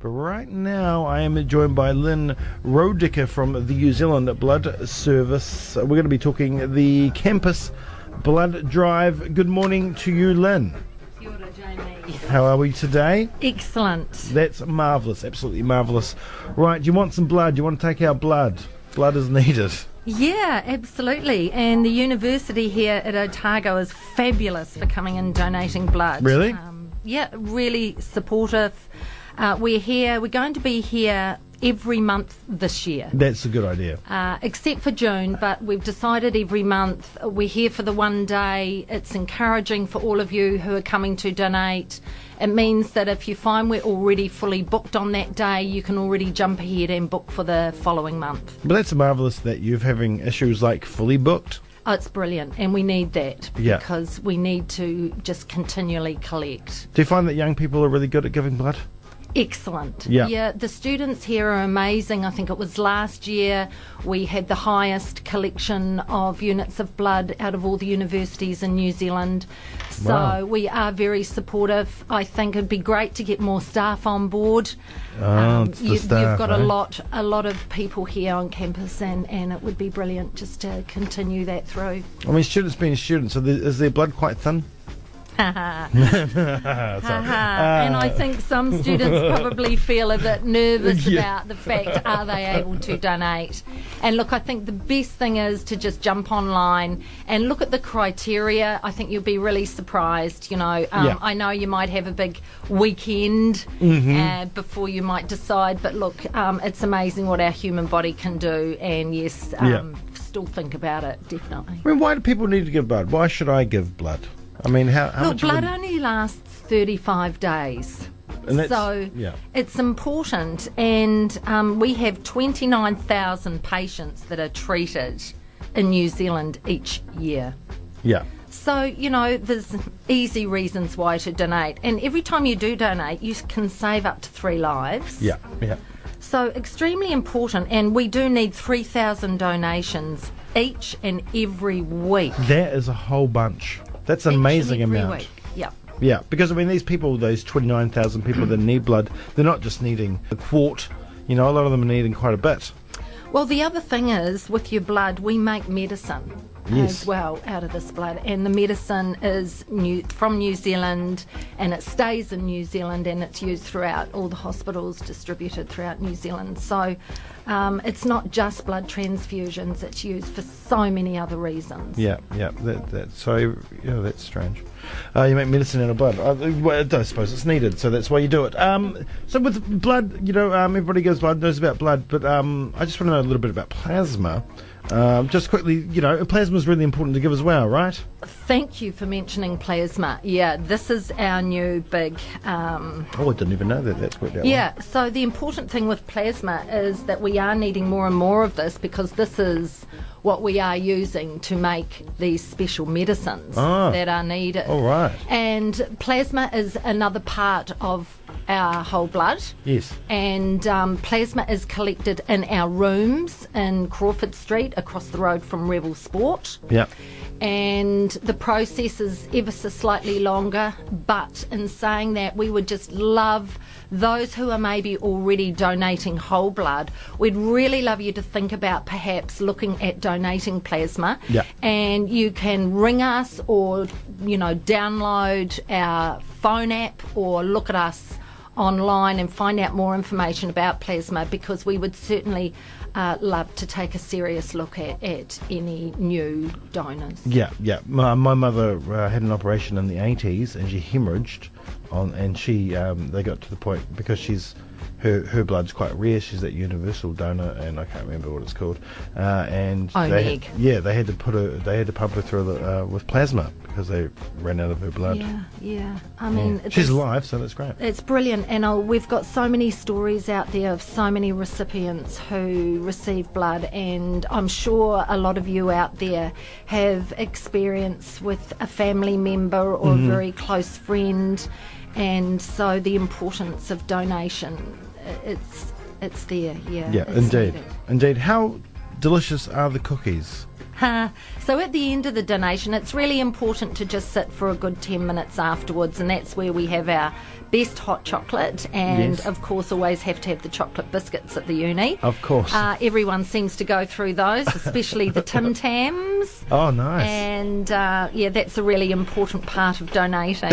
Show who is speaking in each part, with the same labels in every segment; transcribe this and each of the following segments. Speaker 1: But right now, I am joined by Lynn Rodicker from the New Zealand Blood Service. We're going to be talking the campus blood drive. Good morning to you, Lynn.
Speaker 2: Kia ora, Jamie.
Speaker 1: How are we today?
Speaker 2: Excellent.
Speaker 1: That's marvellous, absolutely marvellous. Right, do you want some blood? Do you want to take our blood? Blood is needed.
Speaker 2: Yeah, absolutely. And the university here at Otago is fabulous for coming and donating blood.
Speaker 1: Really?
Speaker 2: Um, yeah, really supportive. Uh, we're here, we're going to be here every month this year.
Speaker 1: That's a good idea.
Speaker 2: uh, except for June, but we've decided every month uh, we're here for the one day. It's encouraging for all of you who are coming to donate. It means that if you find we're already fully booked on that day, you can already jump ahead and book for the following month.
Speaker 1: But that's marvellous that you're having issues like fully booked.
Speaker 2: Oh, it's brilliant, and we need that
Speaker 1: Yeah.
Speaker 2: because we need to just continually collect.
Speaker 1: Do you find that young people are really good at giving blood?
Speaker 2: Excellent.
Speaker 1: Yeah.
Speaker 2: the students here are amazing. I think it was last year we had the highest collection of units of blood out of all the universities in New Zealand. So
Speaker 1: Wow.
Speaker 2: we are very supportive. I think it'd be great to get more staff on board. Um,
Speaker 1: Ah, it's the
Speaker 2: you,
Speaker 1: staff,
Speaker 2: you've got
Speaker 1: eh?
Speaker 2: a lot a lot of people here on campus and, and it would be brilliant just to continue that through.
Speaker 1: I mean, students being students, are there, is their blood quite thin?
Speaker 2: Haha.
Speaker 1: Uh,
Speaker 2: and I think some students probably feel a bit nervous
Speaker 1: Yeah.
Speaker 2: about the fact are they able to donate. And look, I think the best thing is to just jump online and look at the criteria. I think you'll be really surprised. You know, um,
Speaker 1: Yeah.
Speaker 2: I know you might have a big weekend
Speaker 1: Mm-hmm.
Speaker 2: uh, before you might decide, but look, um, it's amazing what our human body can do. And yes, um,
Speaker 1: Yeah.
Speaker 2: still think about it definitely.
Speaker 1: I mean, why do people need to give blood? Why should I give blood? I mean, how, how much?
Speaker 2: Look,
Speaker 1: of
Speaker 2: blood
Speaker 1: a-
Speaker 2: only lasts 35 days.
Speaker 1: and that's-
Speaker 2: so
Speaker 1: yeah.
Speaker 2: it's important, and um, we have 29,000 patients that are treated in New Zealand each year.
Speaker 1: Yeah.
Speaker 2: So, you know, there's easy reasons why to donate. And every time you do donate, you can save up to three lives.
Speaker 1: Yeah. Yeah.
Speaker 2: So, extremely important. And we do need 3,000 donations each and every week.
Speaker 1: That is a whole bunch. That's an
Speaker 2: Each and
Speaker 1: amazing
Speaker 2: every
Speaker 1: amount.
Speaker 2: Week. Yeah.
Speaker 1: Yeah, because I mean, these people, those 29,000 people that need blood, they're not just needing a quart. You know, a lot of them are needing quite a bit.
Speaker 2: Well, the other thing is with your blood, we make medicine
Speaker 1: Yes.
Speaker 2: as well out of this blood, and the medicine is new, from New Zealand, and it stays in New Zealand, and it's used throughout all the hospitals distributed throughout New Zealand. So, um, it's not just blood transfusions; it's used for so many other reasons.
Speaker 1: Yeah, yeah. That, that, so, yeah, that's strange. Uh, you make medicine out of blood. Uh, well, I don't suppose it's needed, so that's why you do it. Um, so, with blood, you know, um, everybody gives blood, knows about blood, but um, I just want to know a little bit about plasma. Um, just quickly, you know, plasma is really important to give as well, right?
Speaker 2: Thank you for mentioning plasma. Yeah, this is our new big. Um,
Speaker 1: Oh, I didn't even know that. That's worked out. well.
Speaker 2: Yeah, so the important thing with plasma is that we are needing more and more of this because this is what we are using to make these special medicines
Speaker 1: Ah.
Speaker 2: that are needed.
Speaker 1: All right.
Speaker 2: And plasma is another part of our whole blood.
Speaker 1: Yes.
Speaker 2: And um, plasma is collected in our rooms in Crawford Street across the road from Rebel Sport
Speaker 1: Yeah.
Speaker 2: and the process is ever so slightly longer. But in saying that, we would just love those who are maybe already donating whole blood. We'd really love you to think about perhaps looking at donating plasma.
Speaker 1: Yeah.
Speaker 2: And you can ring us or, you know, download our phone app or look at us online and find out more information about plasma because we would certainly uh, love to take a serious look at, at any new donors.
Speaker 1: Yeah, yeah. My, my mother uh, had an operation in the 80s and she hemorrhaged on and she um, they got to the point because she's her her blood's quite rare. She's that universal donor and I can't remember what it's called. Uh, and
Speaker 2: Oh,
Speaker 1: they
Speaker 2: Meg.
Speaker 1: had, yeah, they had to put her they had to pump her through the, uh, with plasma because they ran out of her blood.
Speaker 2: Yeah, yeah. I
Speaker 1: Yeah.
Speaker 2: mean,
Speaker 1: She's
Speaker 2: this-
Speaker 1: alive, so that's great.
Speaker 2: It's brilliant, and oh, we've got so many stories out there of so many recipients who receive blood, and I'm sure a lot of you out there have experience with a family member or
Speaker 1: Mm-hmm.
Speaker 2: a very close friend, and so the importance of donation, i- it's it's there, yeah.
Speaker 1: Yeah,
Speaker 2: it's
Speaker 1: indeed,
Speaker 2: needed.
Speaker 1: indeed. How delicious are the cookies?
Speaker 2: so at the end of the donation, it's really important to just sit for a good 10 minutes afterwards, and that's where we have our best hot chocolate, and
Speaker 1: Yes.
Speaker 2: of course, always have to have the chocolate biscuits at the uni.
Speaker 1: Of course.
Speaker 2: Uh, everyone seems to go through those, especially the Tim Tams.
Speaker 1: Oh, nice.
Speaker 2: And uh, yeah, that's a really important part of donating.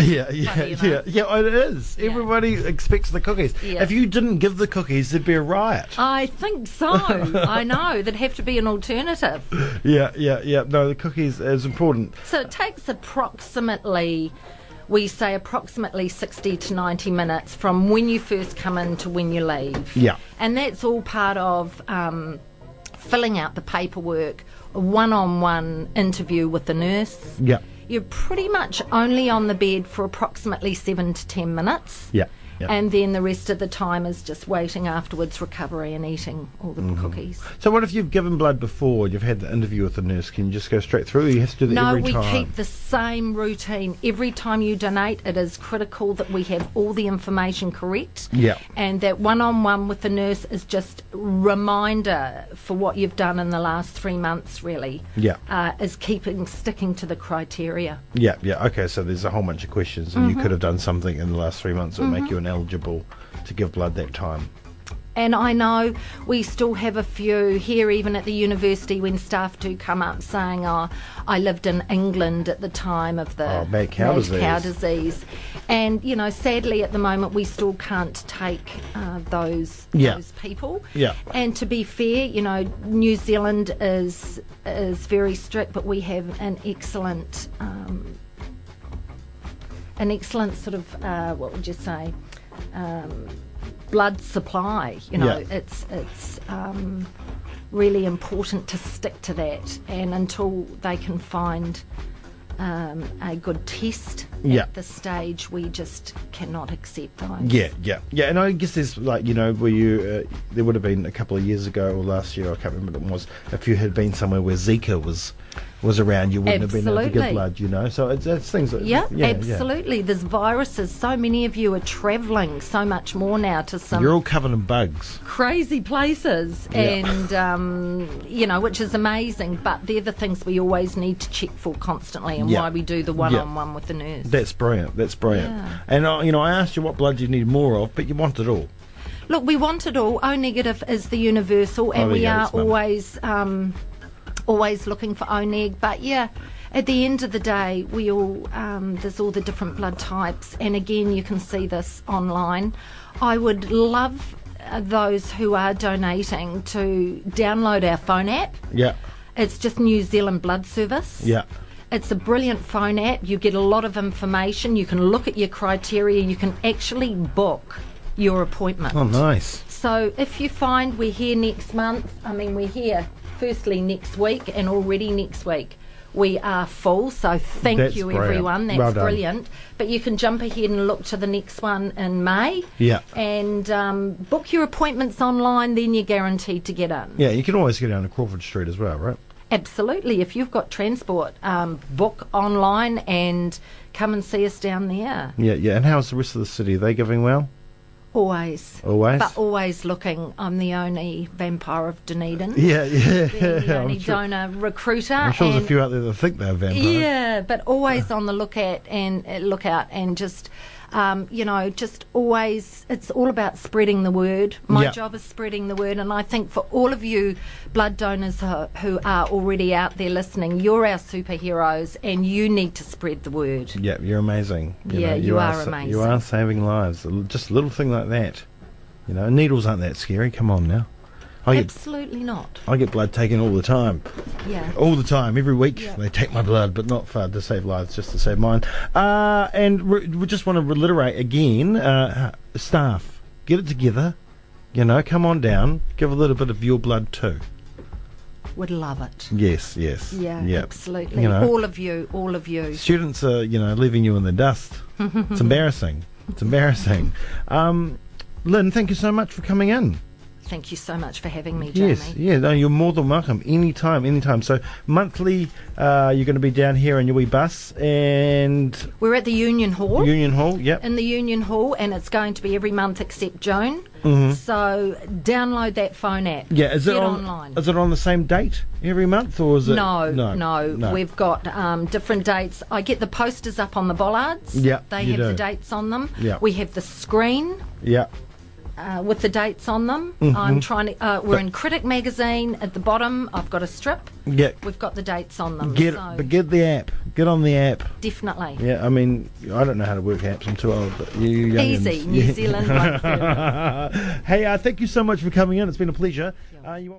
Speaker 1: Yeah, yeah,
Speaker 2: Funny, you know.
Speaker 1: yeah, yeah. It is. Everybody expects the cookies.
Speaker 2: Yeah. Oh.
Speaker 1: If you didn't give the cookies, there'd be a riot.
Speaker 2: I think so. I know. There'd have to be an alternative.
Speaker 1: Yeah, yeah, yeah. No, the cookies is important.
Speaker 2: So it takes approximately, we say approximately 60 to 90 minutes from when you first come in to when you leave.
Speaker 1: Yeah.
Speaker 2: And that's all part of um, filling out the paperwork, a one on one interview with the nurse.
Speaker 1: Yeah,
Speaker 2: You're pretty much only on the bed for approximately seven to 10 minutes.
Speaker 1: yeah, yeah.
Speaker 2: And then the rest of the time is just waiting afterwards, recovery, and eating all the
Speaker 1: Mm-hmm.
Speaker 2: cookies.
Speaker 1: so, what if you've given blood before and you've had the interview with the nurse? Can you just go straight through? Or you have to do that
Speaker 2: No,
Speaker 1: every
Speaker 2: we
Speaker 1: time.
Speaker 2: keep the same routine every time you donate. It is critical that we have all the information correct.
Speaker 1: Yeah.
Speaker 2: And that one-on-one with the nurse is just reminder for what you've done in the last three months. Really.
Speaker 1: Yeah.
Speaker 2: Uh, is keeping sticking to the criteria.
Speaker 1: Yeah, yeah. Okay, so there's a whole bunch of questions, and
Speaker 2: Mm-hmm.
Speaker 1: you could have done something in the last three months that would make you ineligible to give blood that time.
Speaker 2: And I know we still have a few here, even at the university, when staff do come up saying, "Oh, I lived in England at the time of the
Speaker 1: Oh, mad cow disease."
Speaker 2: cow disease," and you know, sadly, at the moment, we still can't take uh, those
Speaker 1: Yeah.
Speaker 2: those people.
Speaker 1: Yeah.
Speaker 2: And to be fair, you know, New Zealand is is very strict, but we have an excellent. Um, an excellent sort of uh, what would you say um, blood supply you know
Speaker 1: Yeah.
Speaker 2: it's it's um, really important to stick to that and until they can find um, a good test
Speaker 1: Yeah.
Speaker 2: at the stage we just cannot accept those
Speaker 1: Yeah, yeah, yeah. And I guess there's like you know where you uh, there would have been a couple of years ago or last year I can't remember what it was if you had been somewhere where Zika was was around you wouldn't have been able to give
Speaker 2: Absolutely.
Speaker 1: blood you know so it's, it's things that
Speaker 2: yeah, absolutely. There's viruses. So many of you are travelling so much more now to some
Speaker 1: you're all covered in bugs
Speaker 2: crazy places
Speaker 1: Yeah.
Speaker 2: and um, you know which is amazing but they're the things we always need to check for constantly and
Speaker 1: Yeah.
Speaker 2: why we do the one-on-one with the nurse
Speaker 1: that's brilliant that's brilliant
Speaker 2: Yeah.
Speaker 1: and uh, you know I asked you what blood you need more of but you want it all
Speaker 2: look we want it all o negative is the universal
Speaker 1: Oh,
Speaker 2: and
Speaker 1: there
Speaker 2: we
Speaker 1: you go,
Speaker 2: are
Speaker 1: it's mum.
Speaker 2: always um, always looking for o neg but yeah at the end of the day we all um, there's all the different blood types and again you can see this online i would love uh, those who are donating to download our phone app
Speaker 1: yeah
Speaker 2: It's just New Zealand Blood Service.
Speaker 1: yeah
Speaker 2: It's a brilliant phone app. You get a lot of information. You can look at your criteria. You can actually book your appointment.
Speaker 1: oh nice
Speaker 2: So if you find we're here next month, I mean, we're here firstly next week and already next week. We are full, so thank
Speaker 1: That's
Speaker 2: you,
Speaker 1: brilliant.
Speaker 2: everyone. That's
Speaker 1: Well done.
Speaker 2: brilliant. But you can jump ahead and look to the next one in May.
Speaker 1: Yeah.
Speaker 2: And um, book your appointments online, then you're guaranteed to get in.
Speaker 1: yeah you can always go down to Crawford Street as well right
Speaker 2: Absolutely. If you've got transport, um, book online and come and see us down there.
Speaker 1: yeah yeah and how's the rest of the city are they giving well
Speaker 2: Always.
Speaker 1: always
Speaker 2: But always looking. I'm the only vampire of Dunedin.
Speaker 1: yeah yeah
Speaker 2: The
Speaker 1: I'm
Speaker 2: only
Speaker 1: sure,
Speaker 2: donor recruiter.
Speaker 1: I'm sure there's a
Speaker 2: and-
Speaker 1: few out there that think they're vampires
Speaker 2: Yeah, but always on the look at and uh, look out and just. Um, you know, just always, it's all about spreading the word. My
Speaker 1: Yeah.
Speaker 2: job is spreading the word, and I think for all of you blood donors who, who are already out there listening, you're our superheroes, and you need to spread the word.
Speaker 1: Yeah, you're amazing.
Speaker 2: Yeah, you are
Speaker 1: sa-
Speaker 2: amazing.
Speaker 1: You are saving lives. A l- Just a little thing like that. You know, needles aren't that scary. Come on now. I get,
Speaker 2: Absolutely not.
Speaker 1: I get blood taken all the time.
Speaker 2: Yeah.
Speaker 1: All the time, every week
Speaker 2: Yeah.
Speaker 1: they take my blood, but not for to save lives, just to save mine. Uh, and re- we just want to reiterate again, uh, staff, get it together. You know, come on down, give a little bit of your blood too.
Speaker 2: Would love it.
Speaker 1: Yes, yes.
Speaker 2: Yeah,
Speaker 1: Yep.
Speaker 2: absolutely.
Speaker 1: Oh. You know.
Speaker 2: All of you, all of you.
Speaker 1: students are you know leaving you in the dust it's embarrassing it's embarrassing um, lynn thank you so much for coming in
Speaker 2: Thank you so much for having me, Jamie.
Speaker 1: Yes, yeah, no, you're more than welcome. Anytime, anytime. So, monthly, uh, you're going to be down here in your wee bus and
Speaker 2: We're at the Union Hall.
Speaker 1: Union Hall, yep.
Speaker 2: in the Union Hall, and it's going to be every month except June. So download that phone app.
Speaker 1: Mm-hmm. yeah, is it
Speaker 2: Get
Speaker 1: on,
Speaker 2: online?
Speaker 1: Is it on the same date every month, or is it?
Speaker 2: no, no,
Speaker 1: no.
Speaker 2: We've got um, different dates. I get the posters up on the bollards.
Speaker 1: Yeah,
Speaker 2: they
Speaker 1: you
Speaker 2: have the
Speaker 1: do.
Speaker 2: dates on them.
Speaker 1: Yeah.
Speaker 2: we have the screen
Speaker 1: yeah,
Speaker 2: uh, with the dates on them.
Speaker 1: Mm-hmm.
Speaker 2: I'm trying to. Uh, we're in Critic magazine at the bottom. I've got a strip.
Speaker 1: yeah.
Speaker 2: We've got the dates on them.
Speaker 1: Get,
Speaker 2: so
Speaker 1: but get the app. Get on the app.
Speaker 2: definitely
Speaker 1: Yeah, I mean, I don't know how to work apps. I'm too old. But you, you youngins.
Speaker 2: easy. New
Speaker 1: Yeah.
Speaker 2: Zealand. one service.
Speaker 1: hey, uh, thank you so much for coming in. It's been a pleasure. Uh, you want-